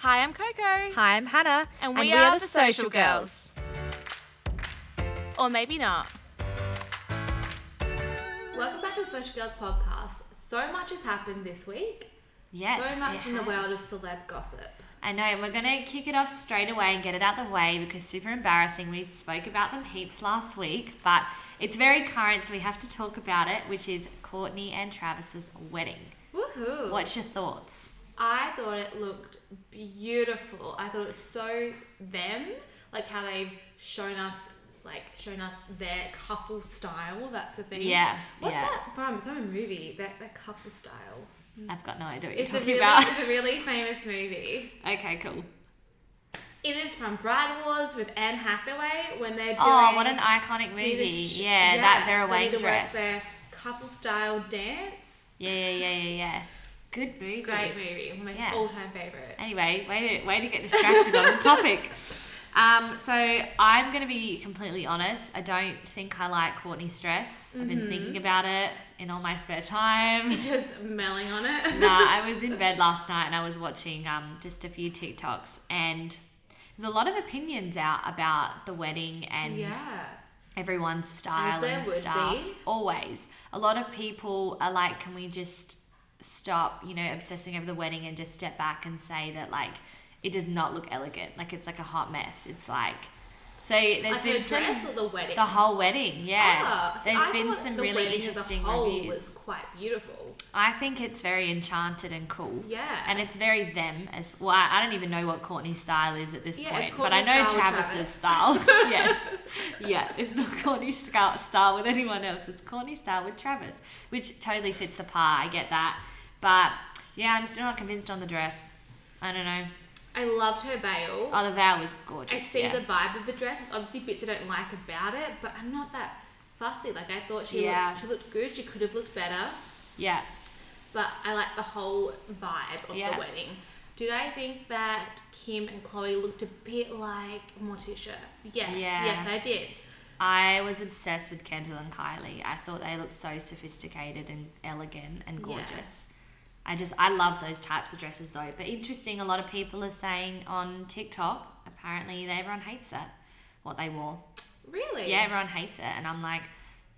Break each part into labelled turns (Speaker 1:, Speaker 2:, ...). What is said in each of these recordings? Speaker 1: Hi, I'm Coco.
Speaker 2: Hi, I'm Hannah.
Speaker 1: And we, are, the Social Girls. Or maybe not. Welcome back to the Social Girls podcast. So much has happened this week.
Speaker 2: Yes.
Speaker 1: so much
Speaker 2: it
Speaker 1: in the
Speaker 2: has.
Speaker 1: world of celeb gossip.
Speaker 2: I know, and we're going to kick it off straight away and get it out the way because super embarrassing. We spoke about them heaps last week, but it's very current, so we have to talk about it, which is Courtney and Travis's wedding.
Speaker 1: Woohoo!
Speaker 2: What's your thoughts?
Speaker 1: I thought it looked beautiful. I thought it was so them, like how they've shown us, like shown us their couple style. That's the thing.
Speaker 2: Yeah,
Speaker 1: What's
Speaker 2: yeah.
Speaker 1: that from? It's from a movie. That that couple style.
Speaker 2: I've got no idea what you're
Speaker 1: It's a
Speaker 2: talking
Speaker 1: really,
Speaker 2: about.
Speaker 1: it's a really famous movie.
Speaker 2: okay, cool.
Speaker 1: It is from Bride Wars with Anne Hathaway when they're doing.
Speaker 2: Oh, what an iconic
Speaker 1: they need to
Speaker 2: movie.
Speaker 1: sh-
Speaker 2: yeah, that Vera
Speaker 1: they need
Speaker 2: Wang
Speaker 1: to work Their
Speaker 2: dress.
Speaker 1: couple style dance.
Speaker 2: Yeah, yeah, yeah, yeah, yeah. Good movie.
Speaker 1: Great movie. One of my
Speaker 2: Yeah.
Speaker 1: all time favorites.
Speaker 2: Anyway, way to, way to get distracted on the topic. Um, so I'm going to be completely honest. I don't think I like Courtney's dress. I've been thinking about it in all my spare time.
Speaker 1: Just melling on it.
Speaker 2: nah, I was in bed last night and I was watching um, just a few TikToks and there's a lot of opinions out about the wedding and
Speaker 1: yeah.
Speaker 2: everyone's style
Speaker 1: there
Speaker 2: and
Speaker 1: would
Speaker 2: stuff.
Speaker 1: be.
Speaker 2: Always. A lot of people are like, can we just stop, you know, obsessing over the wedding and just step back and say that, like, it does not look elegant. Like, it's like a hot mess. It's like. So there's
Speaker 1: Like
Speaker 2: been
Speaker 1: the
Speaker 2: some.
Speaker 1: dress or the wedding.
Speaker 2: The whole wedding, yeah.
Speaker 1: Ah, so
Speaker 2: There's
Speaker 1: I
Speaker 2: been
Speaker 1: thought
Speaker 2: some
Speaker 1: the
Speaker 2: really
Speaker 1: wedding as a
Speaker 2: interesting
Speaker 1: whole
Speaker 2: reviews.
Speaker 1: Was quite beautiful.
Speaker 2: I think it's very enchanted and cool.
Speaker 1: Yeah.
Speaker 2: And it's very them as well. I I don't even know what Courtney's style is at this
Speaker 1: Yeah,
Speaker 2: point,
Speaker 1: it's
Speaker 2: but I
Speaker 1: Courtney's
Speaker 2: know
Speaker 1: style with
Speaker 2: Travis's style. yes. Yeah, it's not Courtney's sc- style with anyone else. It's Courtney's style with Travis, which totally fits the par. I get that. But yeah, I'm still not convinced on the dress. I don't know.
Speaker 1: I loved her veil.
Speaker 2: Oh, the vow was gorgeous.
Speaker 1: I see
Speaker 2: yeah.
Speaker 1: the vibe of the dress. There's obviously bits I don't like about it, but I'm not that fussy. Like I thought she
Speaker 2: Yeah.
Speaker 1: looked, she looked good. She could have looked better,
Speaker 2: Yeah.
Speaker 1: but I like the whole vibe of
Speaker 2: Yeah.
Speaker 1: the wedding. Did I think that Kim and Chloe looked a bit like Morticia? Yes,
Speaker 2: Yeah.
Speaker 1: yes, I did.
Speaker 2: I was obsessed with Kendall and Kylie. I thought they looked so sophisticated and elegant and
Speaker 1: Yeah.
Speaker 2: gorgeous. I just I love those types of dresses though. But interesting, a lot of people are saying on TikTok apparently that everyone hates that what they wore.
Speaker 1: Really?
Speaker 2: Yeah, everyone hates it, and I'm like,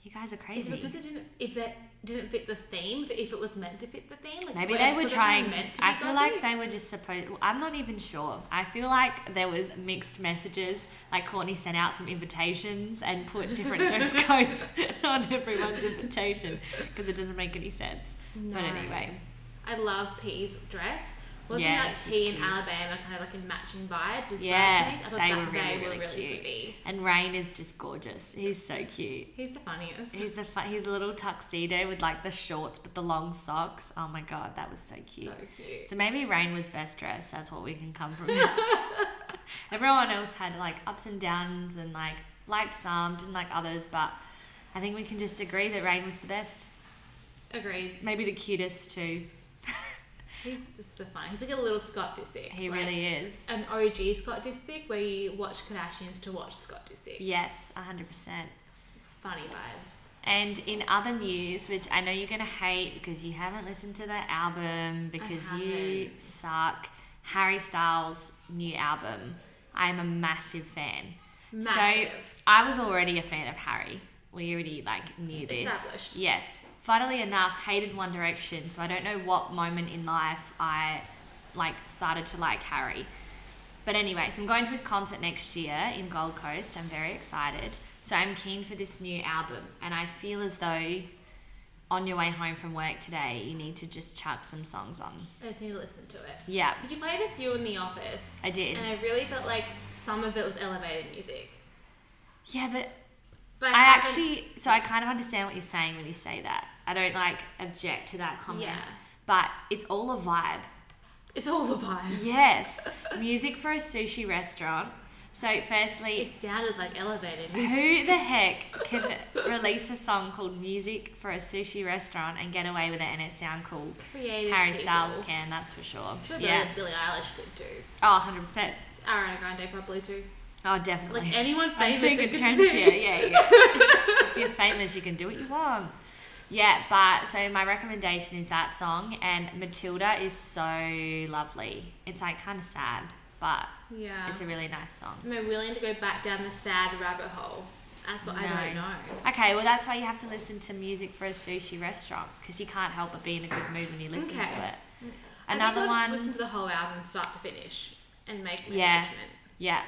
Speaker 2: you guys are
Speaker 1: Oh, Is it because
Speaker 2: crazy.
Speaker 1: it didn't if that didn't fit the theme? If it was meant to fit the theme, like,
Speaker 2: Maybe
Speaker 1: were-
Speaker 2: they were
Speaker 1: was it
Speaker 2: trying.
Speaker 1: meant to
Speaker 2: I
Speaker 1: be
Speaker 2: feel
Speaker 1: gothic?
Speaker 2: like they were just supposed. I'm not even sure. I feel like there was mixed messages. Like Courtney sent out some invitations and put different dress codes on everyone's invitation because it doesn't make any sense. But
Speaker 1: No.
Speaker 2: anyway,
Speaker 1: I love Pea's dress. Wasn't
Speaker 2: Yeah,
Speaker 1: like
Speaker 2: she's
Speaker 1: Pea in
Speaker 2: cute.
Speaker 1: Alabama kind of like in matching vibes as
Speaker 2: Yeah,
Speaker 1: bridesmaids? I thought
Speaker 2: they
Speaker 1: that
Speaker 2: were really,
Speaker 1: they were
Speaker 2: really
Speaker 1: really
Speaker 2: cute.
Speaker 1: pretty.
Speaker 2: and Rain is just gorgeous. He's so cute.
Speaker 1: He's the funniest.
Speaker 2: He's a fun, he's a little tuxedo with like the shorts but the long socks. Oh my god, that was so cute.
Speaker 1: so cute.
Speaker 2: So maybe Rain was best dressed. That's what we can come from this. Everyone else had like ups and downs and like liked some, didn't like others, but I think we can just agree that Rain was the best.
Speaker 1: Agreed.
Speaker 2: Maybe the cutest too.
Speaker 1: He's just the fun. He's like a little Scott Disick.
Speaker 2: He
Speaker 1: like
Speaker 2: really is.
Speaker 1: An OG Scott Disick where you watch Kardashians to watch Scott Disick.
Speaker 2: Yes, 100%.
Speaker 1: Funny vibes.
Speaker 2: And in other news, which I know you're going to hate because you haven't listened to the album because you
Speaker 1: haven't.
Speaker 2: suck, Harry Styles' new album. I'm a massive fan.
Speaker 1: Massive.
Speaker 2: So I was already a fan of Harry. We already like knew this.
Speaker 1: Established.
Speaker 2: Yes. Funnily enough, hated One Direction, so I don't know what moment in life I like started to like Harry. But anyway, so I'm going to his concert next year in Gold Coast. I'm very excited. So I'm keen for this new album, and I feel as though on your way home from work today, you need to just chuck some songs on.
Speaker 1: I just need to listen to it.
Speaker 2: Yeah,
Speaker 1: You played a few in the office
Speaker 2: I did.
Speaker 1: and I really felt like some of it was elevated music.
Speaker 2: Yeah, but
Speaker 1: But
Speaker 2: I
Speaker 1: haven't-
Speaker 2: actually, so I kind of understand what you're saying when you say that. I don't like object to that comment.
Speaker 1: Yeah.
Speaker 2: But it's all a vibe.
Speaker 1: It's all the vibe.
Speaker 2: Yes. Music for a sushi restaurant. So,
Speaker 1: It
Speaker 2: firstly,
Speaker 1: sounded like elevated music.
Speaker 2: who the heck can release a song called Music for a Sushi Restaurant and get away with it and it sound cool?
Speaker 1: Creative
Speaker 2: Harry
Speaker 1: people.
Speaker 2: Styles can, that's for sure.
Speaker 1: Sure,
Speaker 2: yeah.
Speaker 1: Billie, Billie Eilish could too.
Speaker 2: Oh, 100%.
Speaker 1: Ariana Grande probably too.
Speaker 2: Oh, definitely.
Speaker 1: Like anyone
Speaker 2: I'm
Speaker 1: famous
Speaker 2: seeing
Speaker 1: who
Speaker 2: a
Speaker 1: could
Speaker 2: trend
Speaker 1: sing.
Speaker 2: here. Yeah, yeah. if you're famous, you can do what you want. Yeah, but so my recommendation is that song, and Matilda is so lovely. It's like kind of sad, but
Speaker 1: Yeah.
Speaker 2: it's a really nice song.
Speaker 1: Am I willing to go back down the sad rabbit hole? That's what I don't
Speaker 2: No.
Speaker 1: know.
Speaker 2: Okay, well, that's why you have to listen to music for a sushi restaurant because you can't help but be in a good mood when you listen
Speaker 1: Okay. Mm.
Speaker 2: to it.
Speaker 1: I think
Speaker 2: Another
Speaker 1: I'll just
Speaker 2: one,
Speaker 1: Listen to the whole album, start to finish, and make my
Speaker 2: Yeah.
Speaker 1: judgment.
Speaker 2: yeah,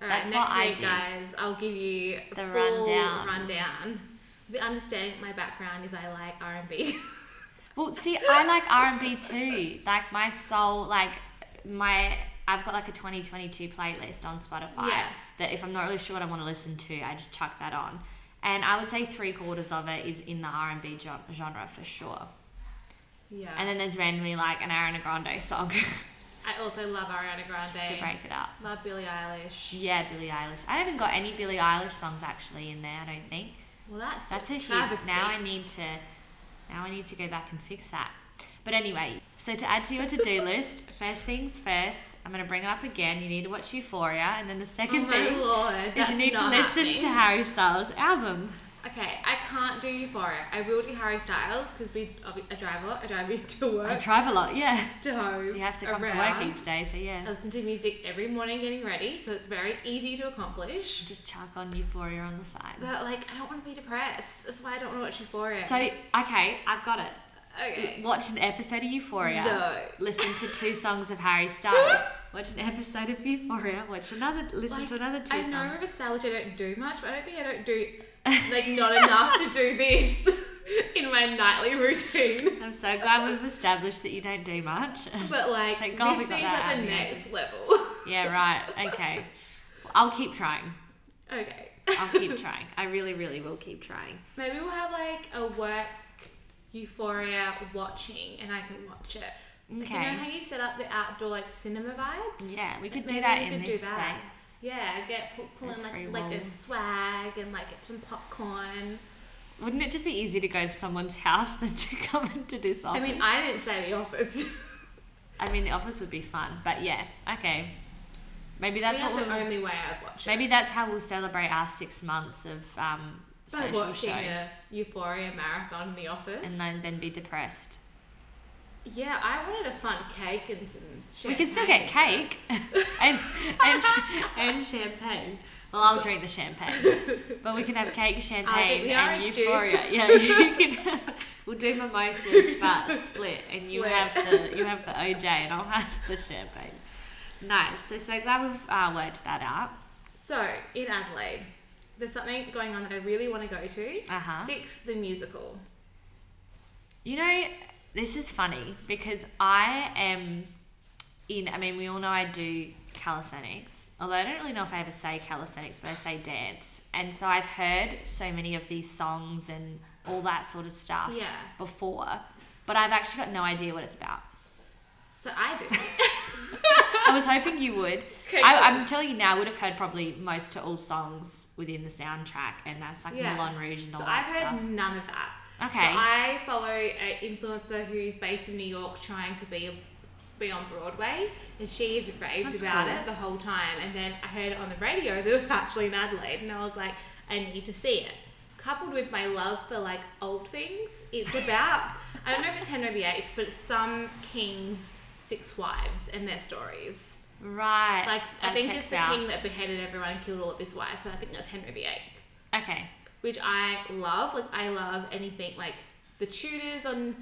Speaker 1: All right,
Speaker 2: That's
Speaker 1: next
Speaker 2: what I
Speaker 1: week,
Speaker 2: do.
Speaker 1: guys, I'll give you a full
Speaker 2: The rundown.
Speaker 1: rundown. The understanding of my background is I like R and B.
Speaker 2: Well, see, I like R and B too. Like my soul, like my I've got like a 2022 playlist on Spotify
Speaker 1: Yeah.
Speaker 2: that if I'm not really sure what I want to listen to, I just chuck that on. And I would say three quarters of it is in the R and B gen- genre for sure.
Speaker 1: Yeah.
Speaker 2: And then there's randomly like an Ariana Grande song
Speaker 1: I also love Ariana Grande.
Speaker 2: just to break it up.
Speaker 1: Love Billie Eilish.
Speaker 2: Yeah, Billie Eilish. I haven't got any Billie Eilish songs actually in there. I don't think.
Speaker 1: Well, that's
Speaker 2: That's a huge.
Speaker 1: travesty.
Speaker 2: Now I need to, now I need to go back and fix that. But anyway, so to add to your to-do list, first things first, I'm gonna bring it up again. You need to watch Euphoria, and then the
Speaker 1: Oh
Speaker 2: second
Speaker 1: my
Speaker 2: thing
Speaker 1: lord!
Speaker 2: is
Speaker 1: that's
Speaker 2: you need to
Speaker 1: not
Speaker 2: listen to
Speaker 1: happening.
Speaker 2: Harry Styles' album.
Speaker 1: Okay, I can't do Euphoria. I will do Harry Styles because we I drive a lot. I drive into
Speaker 2: I
Speaker 1: work,
Speaker 2: drive a lot, yeah.
Speaker 1: to home.
Speaker 2: You have to come
Speaker 1: around.
Speaker 2: to work each day, so
Speaker 1: I
Speaker 2: yes.
Speaker 1: listen to music every morning getting ready, so it's very easy to accomplish.
Speaker 2: Just chuck on Euphoria on the side.
Speaker 1: But like, I don't want to be depressed. That's why I don't want to watch Euphoria.
Speaker 2: So okay, I've got it.
Speaker 1: okay,
Speaker 2: Watch an episode of Euphoria.
Speaker 1: no.
Speaker 2: Listen to two songs of Harry Styles. Watch an episode of Euphoria. Watch another. Listen
Speaker 1: Like,
Speaker 2: to another two
Speaker 1: I
Speaker 2: songs.
Speaker 1: know with astrology I don't do much, but I don't think I don't do like not enough to do this in my nightly routine.
Speaker 2: I'm so glad we've established that you don't do much.
Speaker 1: But like
Speaker 2: Thank God we
Speaker 1: this
Speaker 2: got
Speaker 1: seems
Speaker 2: that
Speaker 1: at
Speaker 2: out
Speaker 1: the
Speaker 2: of the way.
Speaker 1: next level.
Speaker 2: yeah, right. Okay. I'll keep trying.
Speaker 1: okay.
Speaker 2: I'll keep trying. I really, really will keep trying.
Speaker 1: Maybe we'll have like a work euphoria watching and I can watch it. Like, You know
Speaker 2: Okay.
Speaker 1: how you set up the outdoor like cinema vibes?
Speaker 2: Yeah, we could
Speaker 1: Maybe
Speaker 2: do that
Speaker 1: we
Speaker 2: in
Speaker 1: could do
Speaker 2: this
Speaker 1: that.
Speaker 2: space.
Speaker 1: Yeah, get pull, pull
Speaker 2: There's free
Speaker 1: in like, like a
Speaker 2: rolls.
Speaker 1: swag and like some popcorn.
Speaker 2: Wouldn't it just be easier to go to someone's house than to come into this
Speaker 1: I
Speaker 2: office?
Speaker 1: mean, I didn't say the office.
Speaker 2: I mean, the office would be fun, but yeah, okay. Maybe
Speaker 1: I
Speaker 2: that's
Speaker 1: think
Speaker 2: what
Speaker 1: that's
Speaker 2: we'll.
Speaker 1: the only way I'd watch it.
Speaker 2: Maybe that's how we'll celebrate our six months of um,
Speaker 1: by
Speaker 2: social show,
Speaker 1: watching a Euphoria marathon in the office.
Speaker 2: and then then be depressed.
Speaker 1: yeah, I wanted a fun cake and some.
Speaker 2: We can still get
Speaker 1: champagne.
Speaker 2: cake and, and, sh- and champagne. Well, I'll drink the champagne, but we can have cake, champagne,
Speaker 1: the
Speaker 2: and
Speaker 1: orange
Speaker 2: euphoria.
Speaker 1: juice.
Speaker 2: Yeah, you can. Have, we'll do mimosas, but split, and you
Speaker 1: Split.
Speaker 2: have the you have the OJ, and I'll have the champagne. Nice. So so glad we've uh, worked that out.
Speaker 1: So in Adelaide, there's something going on that I really want to go to.
Speaker 2: Uh huh.
Speaker 1: Six, the musical.
Speaker 2: You know, this is funny because I am in. I mean, we all know I do calisthenics. Although I don't really know if I ever say calisthenics, but I say dance. And so I've heard so many of these songs and all that sort of stuff
Speaker 1: Yeah.
Speaker 2: before, but I've actually got no idea what it's about.
Speaker 1: So I do.
Speaker 2: I was hoping you would.
Speaker 1: Okay,
Speaker 2: I,
Speaker 1: cool.
Speaker 2: I'm telling you now, I would have heard probably most to all songs within the soundtrack, and that's like
Speaker 1: Yeah.
Speaker 2: Moulin Rouge and all
Speaker 1: so
Speaker 2: that
Speaker 1: I've
Speaker 2: stuff.
Speaker 1: heard none of that. But
Speaker 2: okay.
Speaker 1: I follow an influencer who's based in New York trying to be be on Broadway, and she has raved
Speaker 2: That's
Speaker 1: about
Speaker 2: cool.
Speaker 1: it the whole time. And then I heard it on the radio that it was actually in Adelaide, and I was like, I need to see it. Coupled with my love for like old things, it's about I don't know if it's Henry VIII, but it's some king's six wives and their stories.
Speaker 2: right.
Speaker 1: Like I
Speaker 2: that
Speaker 1: think
Speaker 2: checks
Speaker 1: it's the
Speaker 2: out.
Speaker 1: king that beheaded everyone and killed all of his wives, so I think that's Henry VIII
Speaker 2: Okay.
Speaker 1: which I love. Like I love anything like the Tudors on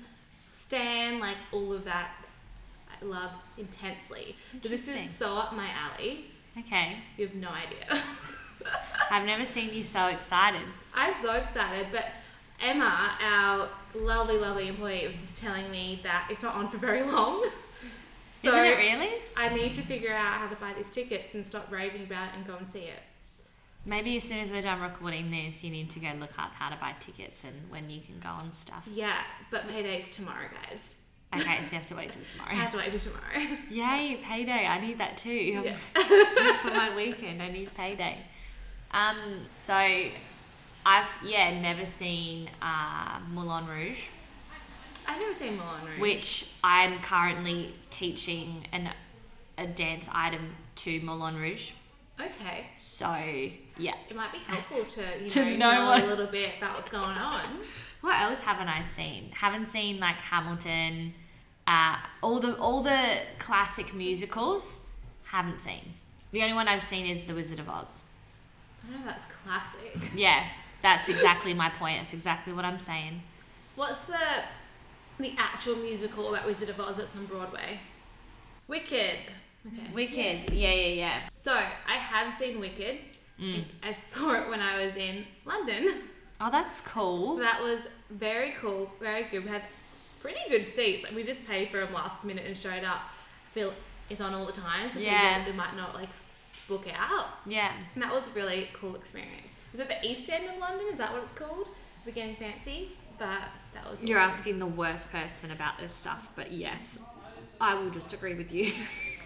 Speaker 1: Stan, like all of that. I love intensely. But this is
Speaker 2: Interesting.
Speaker 1: so up my alley.
Speaker 2: Okay.
Speaker 1: You have no idea.
Speaker 2: I've never seen you so excited.
Speaker 1: I'm so excited, but Emma, our lovely, lovely employee, was just telling me that it's not on for very long. So
Speaker 2: Isn't it really?
Speaker 1: I need to figure out how to buy these tickets and stop raving about it and go and see it.
Speaker 2: Maybe as soon as we're done recording this, you need to go look up how to buy tickets and when you can go and stuff.
Speaker 1: Yeah, but payday's tomorrow, guys.
Speaker 2: Okay, so you have to wait till
Speaker 1: I
Speaker 2: tomorrow.
Speaker 1: have to wait till tomorrow.
Speaker 2: Yay, payday. I need that too.
Speaker 1: Yeah.
Speaker 2: For my weekend, I need payday. Um, so I've, yeah, never seen uh, Moulin Rouge,
Speaker 1: I've never seen Moulin Rouge.
Speaker 2: which I'm currently teaching an, a dance item to Moulin Rouge.
Speaker 1: Okay.
Speaker 2: So yeah.
Speaker 1: It might be helpful to you
Speaker 2: To
Speaker 1: know,
Speaker 2: know
Speaker 1: know
Speaker 2: what-
Speaker 1: a little bit about what's going on.
Speaker 2: What else haven't I seen? Haven't seen like Hamilton, uh, all the all the classic musicals. Haven't seen. The only one I've seen is The Wizard of Oz.
Speaker 1: I know that's classic.
Speaker 2: Yeah, that's exactly my point. It's exactly what I'm saying.
Speaker 1: What's the the actual musical about Wizard of Oz that's on Broadway? Wicked. Okay.
Speaker 2: Wicked. Yeah, yeah, yeah.
Speaker 1: So I have seen Wicked.
Speaker 2: Mm.
Speaker 1: I saw it when I was in London.
Speaker 2: Oh, that's
Speaker 1: So
Speaker 2: cool.
Speaker 1: that was very cool, very good. We had pretty good seats. Like we just paid for them last minute and showed up. I feel it's on all the time, so
Speaker 2: Yeah.
Speaker 1: people they might not like book out.
Speaker 2: Yeah.
Speaker 1: And that was a really cool experience. Is it the East End of London? Is that what it's called? We're getting fancy, but that was
Speaker 2: You're
Speaker 1: awesome.
Speaker 2: asking the worst person about this stuff, but yes, I will just agree with you.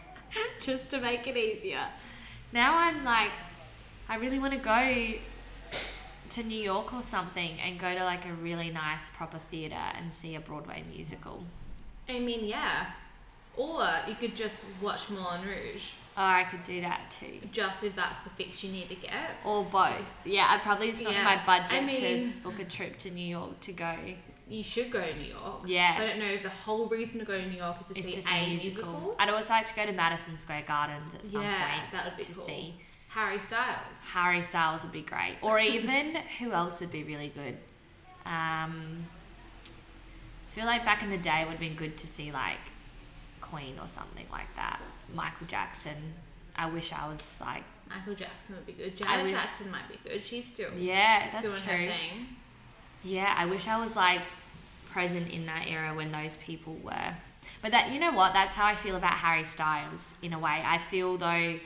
Speaker 2: just to make it easier. Now I'm like, I really want to go to New York or something and go to like a really nice proper theatre and see a Broadway musical.
Speaker 1: I mean, yeah. Or you could just watch Moulin Rouge,
Speaker 2: Or Oh, I could do that too.
Speaker 1: just if that's the fix you need to get.
Speaker 2: Or both. Yeah, I probably it's not in my
Speaker 1: Yeah,
Speaker 2: budget
Speaker 1: I mean-
Speaker 2: to book a trip to New York to go.
Speaker 1: You should go to New York.
Speaker 2: Yeah.
Speaker 1: I don't know if the whole reason to go to New York is to
Speaker 2: It's
Speaker 1: see
Speaker 2: just
Speaker 1: a
Speaker 2: a musical.
Speaker 1: musical.
Speaker 2: I'd also like to go to Madison Square Gardens at some
Speaker 1: Yeah,
Speaker 2: point
Speaker 1: that would be
Speaker 2: to
Speaker 1: cool.
Speaker 2: see.
Speaker 1: Harry Styles.
Speaker 2: Harry Styles would be great, or even who else would be really good. Um, I feel like back in the day it would have been good to see like Queen or something like that. Michael Jackson. I wish I was like
Speaker 1: Michael Jackson would be good.
Speaker 2: I
Speaker 1: Janet
Speaker 2: wish-
Speaker 1: Jackson might be good. She's still
Speaker 2: yeah,
Speaker 1: doing
Speaker 2: that's
Speaker 1: her
Speaker 2: true.
Speaker 1: thing.
Speaker 2: Yeah, I wish I was like present in that era when those people were. But that you know what, that's how I feel about Harry Styles in a way. I feel though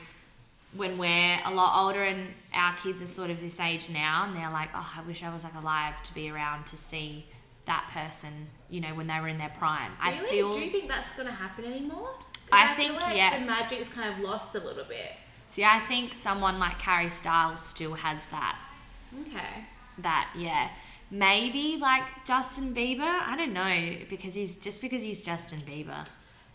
Speaker 2: when we're a lot older and our kids are sort of this age now and they're like, Oh, I wish I was like alive to be around to see that person, you know, when they were in their prime. I
Speaker 1: really?
Speaker 2: feel
Speaker 1: Do you think that's going to happen anymore? 'Cause
Speaker 2: I
Speaker 1: feel
Speaker 2: think
Speaker 1: like
Speaker 2: yes.
Speaker 1: The magic's kind of lost a little bit.
Speaker 2: see I think someone like Harry Styles still has that
Speaker 1: Okay.
Speaker 2: that yeah maybe like justin bieber i don't know because he's just because he's justin bieber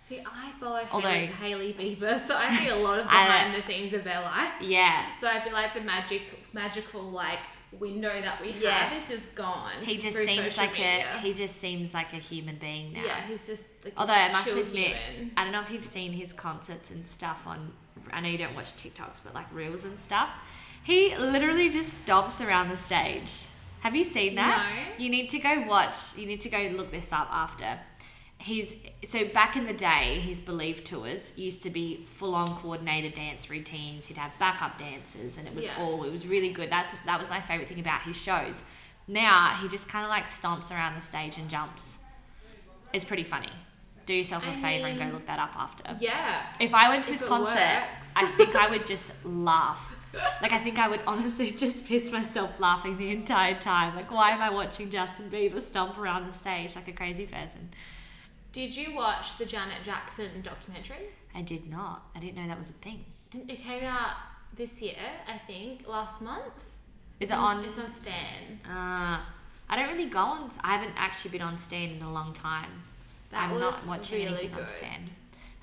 Speaker 1: See, I follow
Speaker 2: Although-
Speaker 1: Haley Hailey Bieber, so I see a lot of
Speaker 2: I-
Speaker 1: behind the scenes of their life.
Speaker 2: yeah
Speaker 1: So I feel like the magic, magical like window that we have
Speaker 2: Yes.
Speaker 1: is just gone.
Speaker 2: He just
Speaker 1: through
Speaker 2: seems
Speaker 1: social
Speaker 2: like a
Speaker 1: media.
Speaker 2: he just seems like a human being now.
Speaker 1: yeah, he's just like
Speaker 2: Although I must
Speaker 1: chill
Speaker 2: admit,
Speaker 1: human.
Speaker 2: I don't know if you've seen his concerts and stuff on. I know you don't watch TikToks, but like reels and stuff. He literally just stomps around the stage. Have you seen that?
Speaker 1: No.
Speaker 2: You need to go watch. You need to go look this up after. He's so back in the day, his believe tours used to be full on coordinated dance routines. He'd have backup dancers, and it was
Speaker 1: Yeah.
Speaker 2: all. It was really good. That's that was my favorite thing about his shows. Now he just kind of like stomps around the stage and jumps. It's pretty funny. Do yourself a
Speaker 1: I
Speaker 2: favor and
Speaker 1: mean-
Speaker 2: go look that up after.
Speaker 1: yeah,
Speaker 2: If I went to
Speaker 1: If
Speaker 2: his
Speaker 1: it
Speaker 2: concert,
Speaker 1: works.
Speaker 2: I think I would just laugh. Like I think I would honestly just piss myself laughing the entire time. Like why am I watching Justin Bieber stomp around the stage like a crazy person?
Speaker 1: did you watch the Janet Jackson documentary?
Speaker 2: I did not. I didn't know that was a thing.
Speaker 1: Didn't- It came out this year, I think, last month.
Speaker 2: Is it on?
Speaker 1: Mm, It's on Stan.
Speaker 2: Uh, I don't really go on. I haven't actually been on Stan in a long time.
Speaker 1: That
Speaker 2: I'm
Speaker 1: was
Speaker 2: not watching
Speaker 1: really
Speaker 2: anything
Speaker 1: good.
Speaker 2: on Stan.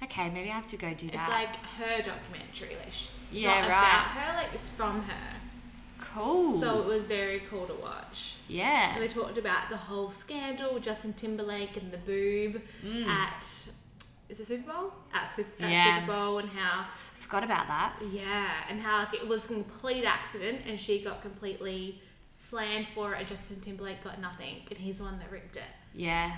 Speaker 2: Okay, maybe I have to go do that.
Speaker 1: It's like her documentary, like sh- it's
Speaker 2: Yeah,
Speaker 1: not
Speaker 2: right.
Speaker 1: about her, like it's from her.
Speaker 2: cool.
Speaker 1: So it was very cool to watch. And
Speaker 2: yeah.
Speaker 1: they talked about the whole scandal, Justin Timberlake and the boob at is it Super Bowl? At Super,
Speaker 2: Mm. Yeah.
Speaker 1: at Super Bowl and how
Speaker 2: Forgot about that.
Speaker 1: yeah, and how like, it was a complete accident and she got completely slammed for it and Justin Timberlake got nothing and he's the one that ripped it.
Speaker 2: Yeah.
Speaker 1: I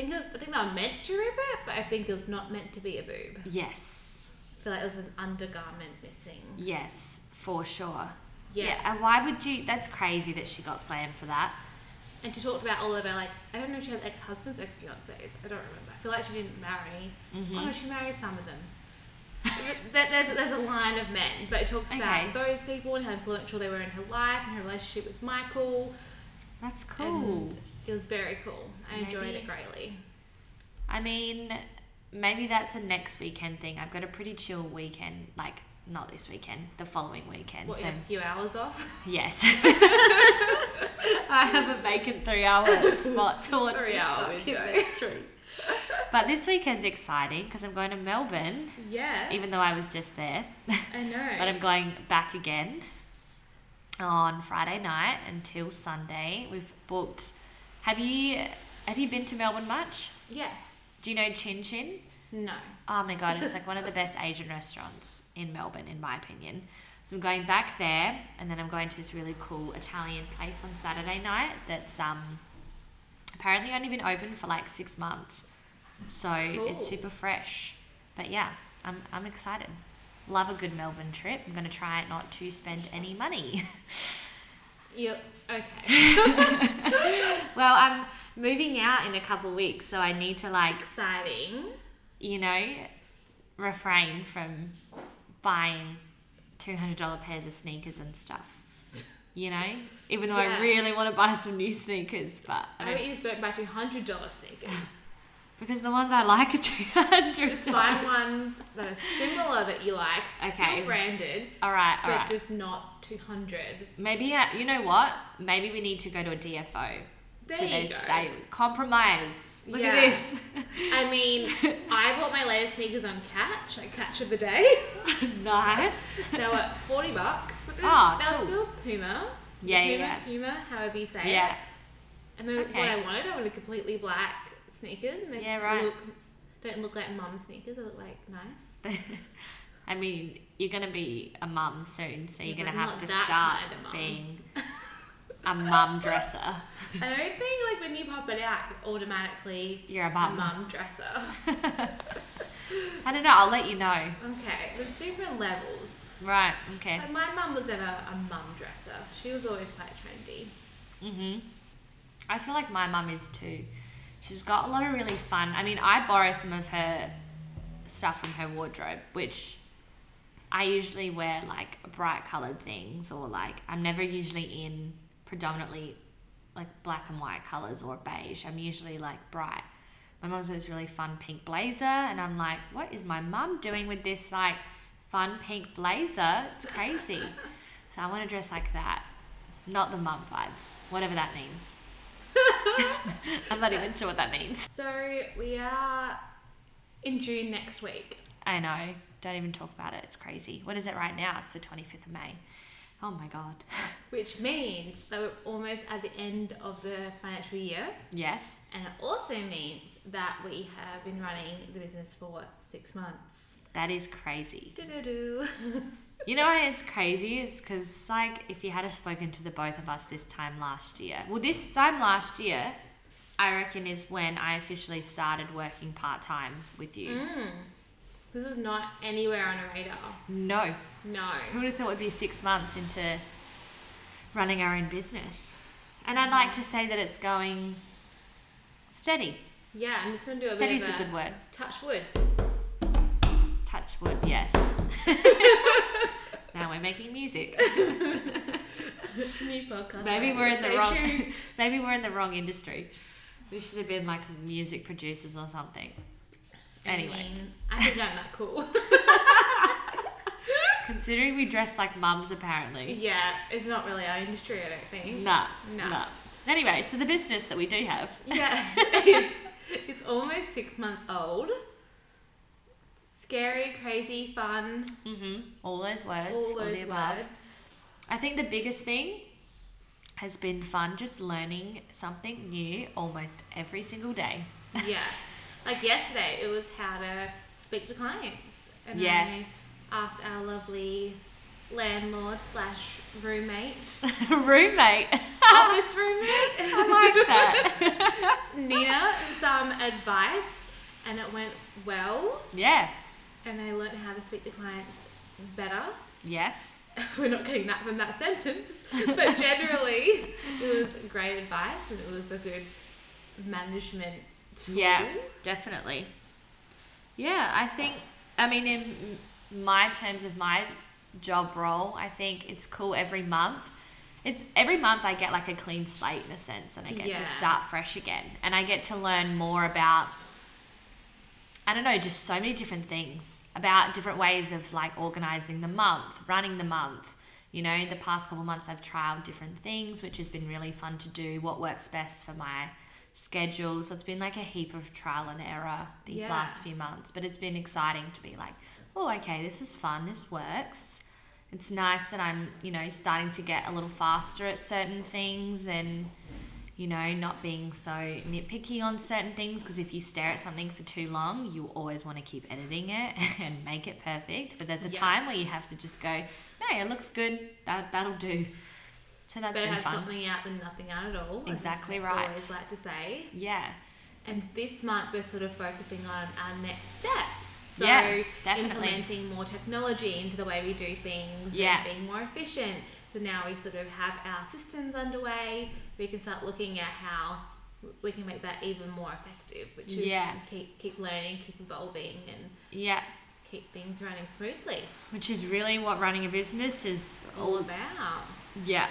Speaker 1: think it was, I think they were meant to rip it, but I think it was not meant to be a boob.
Speaker 2: Yes.
Speaker 1: I feel like there was an undergarment missing.
Speaker 2: Yes. For sure.
Speaker 1: Yeah.
Speaker 2: And why would you? That's crazy that she got slammed for that.
Speaker 1: And she talked about all of her like I don't know if she had ex husbands, ex fiancés. I don't remember. I feel like she didn't marry.
Speaker 2: Mm-hmm.
Speaker 1: Oh no, she married some of them. Th- there's, there's a line of men, but it talks
Speaker 2: Okay.
Speaker 1: about those people and how influential they were in her life and her relationship with Michael.
Speaker 2: That's cool.
Speaker 1: And it was very cool. I enjoyed
Speaker 2: Maybe-
Speaker 1: it greatly.
Speaker 2: I mean, maybe that's a next weekend thing. I've got a pretty chill weekend. Like, not this weekend, the following weekend.
Speaker 1: What, you
Speaker 2: so
Speaker 1: had a few hours off?
Speaker 2: Yes. I have a vacant three hour spot to watch
Speaker 1: Three
Speaker 2: this
Speaker 1: hour window.
Speaker 2: documentary. But this weekend's exciting because I'm going to Melbourne,
Speaker 1: Yeah.
Speaker 2: even though I was just there.
Speaker 1: I know.
Speaker 2: But I'm going back again on Friday night until Sunday. We've booked. Have you have you been to Melbourne much?
Speaker 1: yes.
Speaker 2: Do you know Chin Chin?
Speaker 1: No.
Speaker 2: Oh my god, it's like one of the best Asian restaurants in Melbourne, in my opinion. So I'm going back there, and then I'm going to this really cool Italian place on Saturday night. That's um, apparently only been open for like six months, so it's
Speaker 1: Cool.
Speaker 2: super fresh. But yeah, I'm I'm excited. Love a good Melbourne trip. I'm gonna try not to spend any money.
Speaker 1: You okay?
Speaker 2: well, I'm moving out in a couple weeks, so I need to like
Speaker 1: Exciting.
Speaker 2: you know, refrain from buying two hundred dollar pairs of sneakers and stuff. You know, even though I
Speaker 1: Yeah.
Speaker 2: really want to buy some new sneakers, but I
Speaker 1: I
Speaker 2: don't,
Speaker 1: mean, you just don't buy two hundred dollar sneakers.
Speaker 2: because the ones I like are two hundred.
Speaker 1: Just buy ones that are similar that you like,
Speaker 2: Okay.
Speaker 1: still branded,
Speaker 2: All right, all
Speaker 1: but
Speaker 2: right.
Speaker 1: just not two hundred.
Speaker 2: Maybe uh, you know what? Maybe we need to go to a DFO
Speaker 1: There
Speaker 2: to
Speaker 1: you
Speaker 2: their
Speaker 1: go.
Speaker 2: sale. Compromise. Look
Speaker 1: Yeah.
Speaker 2: at this.
Speaker 1: I mean, I bought my latest sneakers on Catch, like Catch of the Day.
Speaker 2: nice.
Speaker 1: They were forty bucks, but they were,
Speaker 2: Ah,
Speaker 1: they were
Speaker 2: cool.
Speaker 1: still Puma.
Speaker 2: Yeah,
Speaker 1: Puma,
Speaker 2: yeah, yeah.
Speaker 1: Puma, however you say it.
Speaker 2: Yeah.
Speaker 1: And then
Speaker 2: Okay.
Speaker 1: what I wanted, I wanted completely black sneakers, and they
Speaker 2: Yeah, right.
Speaker 1: look don't look like mum sneakers. They look like nice.
Speaker 2: I mean, you're gonna be a mum soon, so you're
Speaker 1: Yeah,
Speaker 2: gonna
Speaker 1: but
Speaker 2: have
Speaker 1: not
Speaker 2: to
Speaker 1: that
Speaker 2: start
Speaker 1: kind of mum.
Speaker 2: being a mum dresser.
Speaker 1: I don't think like when you pop it out, you're automatically
Speaker 2: You're a
Speaker 1: a
Speaker 2: mum.
Speaker 1: mum dresser.
Speaker 2: I don't know. I'll let you know.
Speaker 1: Okay, there's different levels.
Speaker 2: Right. Okay.
Speaker 1: Like my mum was never a mum dresser. She was always quite trendy.
Speaker 2: Mhm. I feel like my mum is too. She's got a lot of really fun. I mean, I borrow some of her stuff from her wardrobe, which I usually wear like bright colored things or like I'm never usually in predominantly like black and white colors or beige. I'm usually like bright. My mum's got this really fun pink blazer, and I'm like, what is my mum doing with this like fun pink blazer? It's crazy. so I want to dress like that, not the mum vibes, whatever that means. I'm not even sure what that means.
Speaker 1: So we are in June next week.
Speaker 2: I know. Don't even talk about it. It's crazy. What is it right now? It's the 25th of May. Oh my god.
Speaker 1: Which means that we're almost at the end of the financial year,
Speaker 2: Yes.
Speaker 1: and it also means that we have been running the business for six months.
Speaker 2: That is crazy.
Speaker 1: Do-do-do.
Speaker 2: You know why it's crazy? It's because, like, if you had have spoken to the both of us this time last year, well, this time last year, I reckon is when I officially started working part time with you.
Speaker 1: Mm. This is not anywhere on a radar.
Speaker 2: No.
Speaker 1: No.
Speaker 2: Who would have thought it would be six months into running our own business? And I'd like to say that it's going steady.
Speaker 1: Yeah, I'm just gonna do a bit
Speaker 2: Steady's
Speaker 1: of
Speaker 2: a good word.
Speaker 1: touch wood.
Speaker 2: Touch wood, yes. now we're making music.
Speaker 1: New podcast.
Speaker 2: Maybe we're in the
Speaker 1: Stay
Speaker 2: wrong-
Speaker 1: tuned.
Speaker 2: Maybe we're in the wrong industry. We should have been like music producers or something.
Speaker 1: I,
Speaker 2: Anyway,
Speaker 1: mean, I think I'm that cool.
Speaker 2: considering we dress like mums, apparently.
Speaker 1: yeah, it's not really our industry, I don't think.
Speaker 2: Nah,
Speaker 1: No.
Speaker 2: nah. Anyway, so the business that we do have.
Speaker 1: Yes, it's, it's almost six months old. Scary, crazy, fun,
Speaker 2: hmm All those words.
Speaker 1: all
Speaker 2: the
Speaker 1: those
Speaker 2: above.
Speaker 1: words.
Speaker 2: I think the biggest thing has been fun just learning something new almost every single day.
Speaker 1: yeah. Like yesterday, it was how to speak to clients. And
Speaker 2: yes.
Speaker 1: I asked our lovely landlord slash roommate,
Speaker 2: Roommate.
Speaker 1: office roommate,
Speaker 2: I like that.
Speaker 1: Nina, some advice, and it went well.
Speaker 2: yeah.
Speaker 1: And I learned how to speak to clients better.
Speaker 2: Yes.
Speaker 1: We're not getting that from that sentence, but generally, it was great advice and it was a good management tool.
Speaker 2: Yeah, definitely. Yeah, I think, I mean, in my terms of my job role, I think it's cool every month. It's every month I get like a clean slate in a sense, and I get
Speaker 1: Yeah.
Speaker 2: to start fresh again. And I get to learn more about, I don't know, just so many different things about different ways of like organizing the month, running the month. You know, the past couple months I've tried different things, which has been really fun to do. What works best for my schedule. So it's been like a heap of trial and error these
Speaker 1: Yeah.
Speaker 2: last few months, but it's been exciting to be like, oh, okay, this is fun. This works. It's nice that I'm, you know, starting to get a little faster at certain things and, you know, not being so nitpicky on certain things. Because if you stare at something for too long, you always want to keep editing it and make it perfect. But there's a
Speaker 1: Yeah.
Speaker 2: time where you have to just go, no, it looks good. That that'll do. So that's
Speaker 1: Better
Speaker 2: been
Speaker 1: have
Speaker 2: fun.
Speaker 1: something out than nothing out at all. as
Speaker 2: Exactly
Speaker 1: I
Speaker 2: right.
Speaker 1: Always like to say.
Speaker 2: Yeah.
Speaker 1: And this month we're sort of focusing on our next steps. So
Speaker 2: Yeah, definitely.
Speaker 1: implementing more technology into the way we do things
Speaker 2: Yeah.
Speaker 1: and being more efficient. So now we sort of have our systems underway. We can start looking at how we can make that even more effective, which is
Speaker 2: Yeah.
Speaker 1: keep keep learning, keep evolving and
Speaker 2: Yeah.
Speaker 1: keep things running smoothly.
Speaker 2: Which is really what running a business is all
Speaker 1: All
Speaker 2: about.
Speaker 1: about.
Speaker 2: Yeah.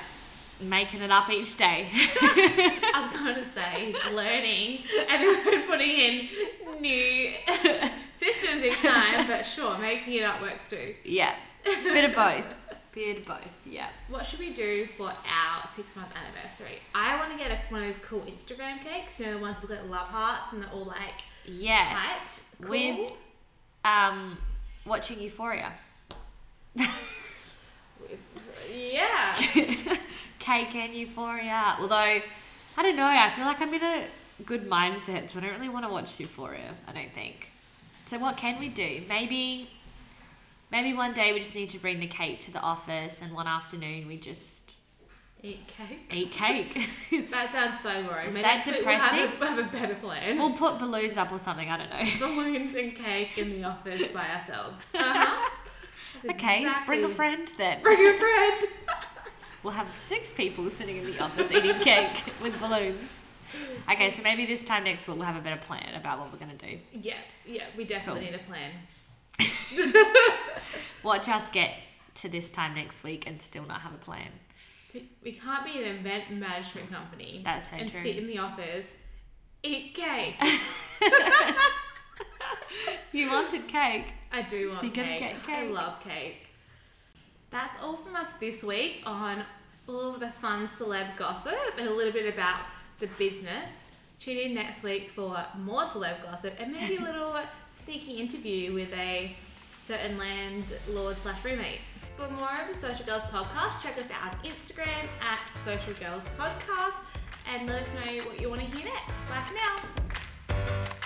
Speaker 2: Making it up each day.
Speaker 1: I was going to say learning and putting in new systems each time, but sure, making it up works too.
Speaker 2: yeah. Bit of both. Bit of both. Yeah.
Speaker 1: What should we do for our six month anniversary? I want to get a, one of those cool Instagram cakes, you know, the ones that look like love hearts and they're all like
Speaker 2: Yes.
Speaker 1: hyped, cool.
Speaker 2: With um watching Euphoria.
Speaker 1: yeah.
Speaker 2: Cake and Euphoria. Although I don't know, I feel like I'm in a good mindset, so I don't really want to watch Euphoria, I don't think. So what can we do? Maybe maybe one day we just need to bring the cake to the office and one afternoon we just
Speaker 1: Eat cake.
Speaker 2: eat cake.
Speaker 1: That sounds so boring.
Speaker 2: Is
Speaker 1: Maybe
Speaker 2: that
Speaker 1: next week we'll have a-
Speaker 2: depressing? Oh.
Speaker 1: We'll have, a, better plan.
Speaker 2: we'll put balloons up or something, I don't know.
Speaker 1: Balloons and cake in the office by ourselves. Uh-huh. That's
Speaker 2: Okay, bring
Speaker 1: exactly-
Speaker 2: a friend then.
Speaker 1: Bring a friend.
Speaker 2: We'll have six people sitting in the office eating cake with balloons. Okay, so maybe this time next week we'll have a better plan about what we're going to do.
Speaker 1: Yeah, yeah, we definitely
Speaker 2: Cool.
Speaker 1: need a plan.
Speaker 2: Watch us get to this time next week and still not have a plan.
Speaker 1: We can't be an event management company
Speaker 2: That's so
Speaker 1: and
Speaker 2: true.
Speaker 1: sit in the office, eat cake.
Speaker 2: You wanted cake.
Speaker 1: I do want
Speaker 2: Think of
Speaker 1: cake.
Speaker 2: cake,
Speaker 1: I
Speaker 2: cake.
Speaker 1: love cake. That's all from us this week on all of the fun celeb gossip and a little bit about the business. Tune in next week for more celeb gossip and maybe a little sneaky interview with a certain landlord slash roommate. For more of the Social Girls podcast, check us out on Instagram at Social Girls Podcast and let us know what you want to hear next. Bye for now.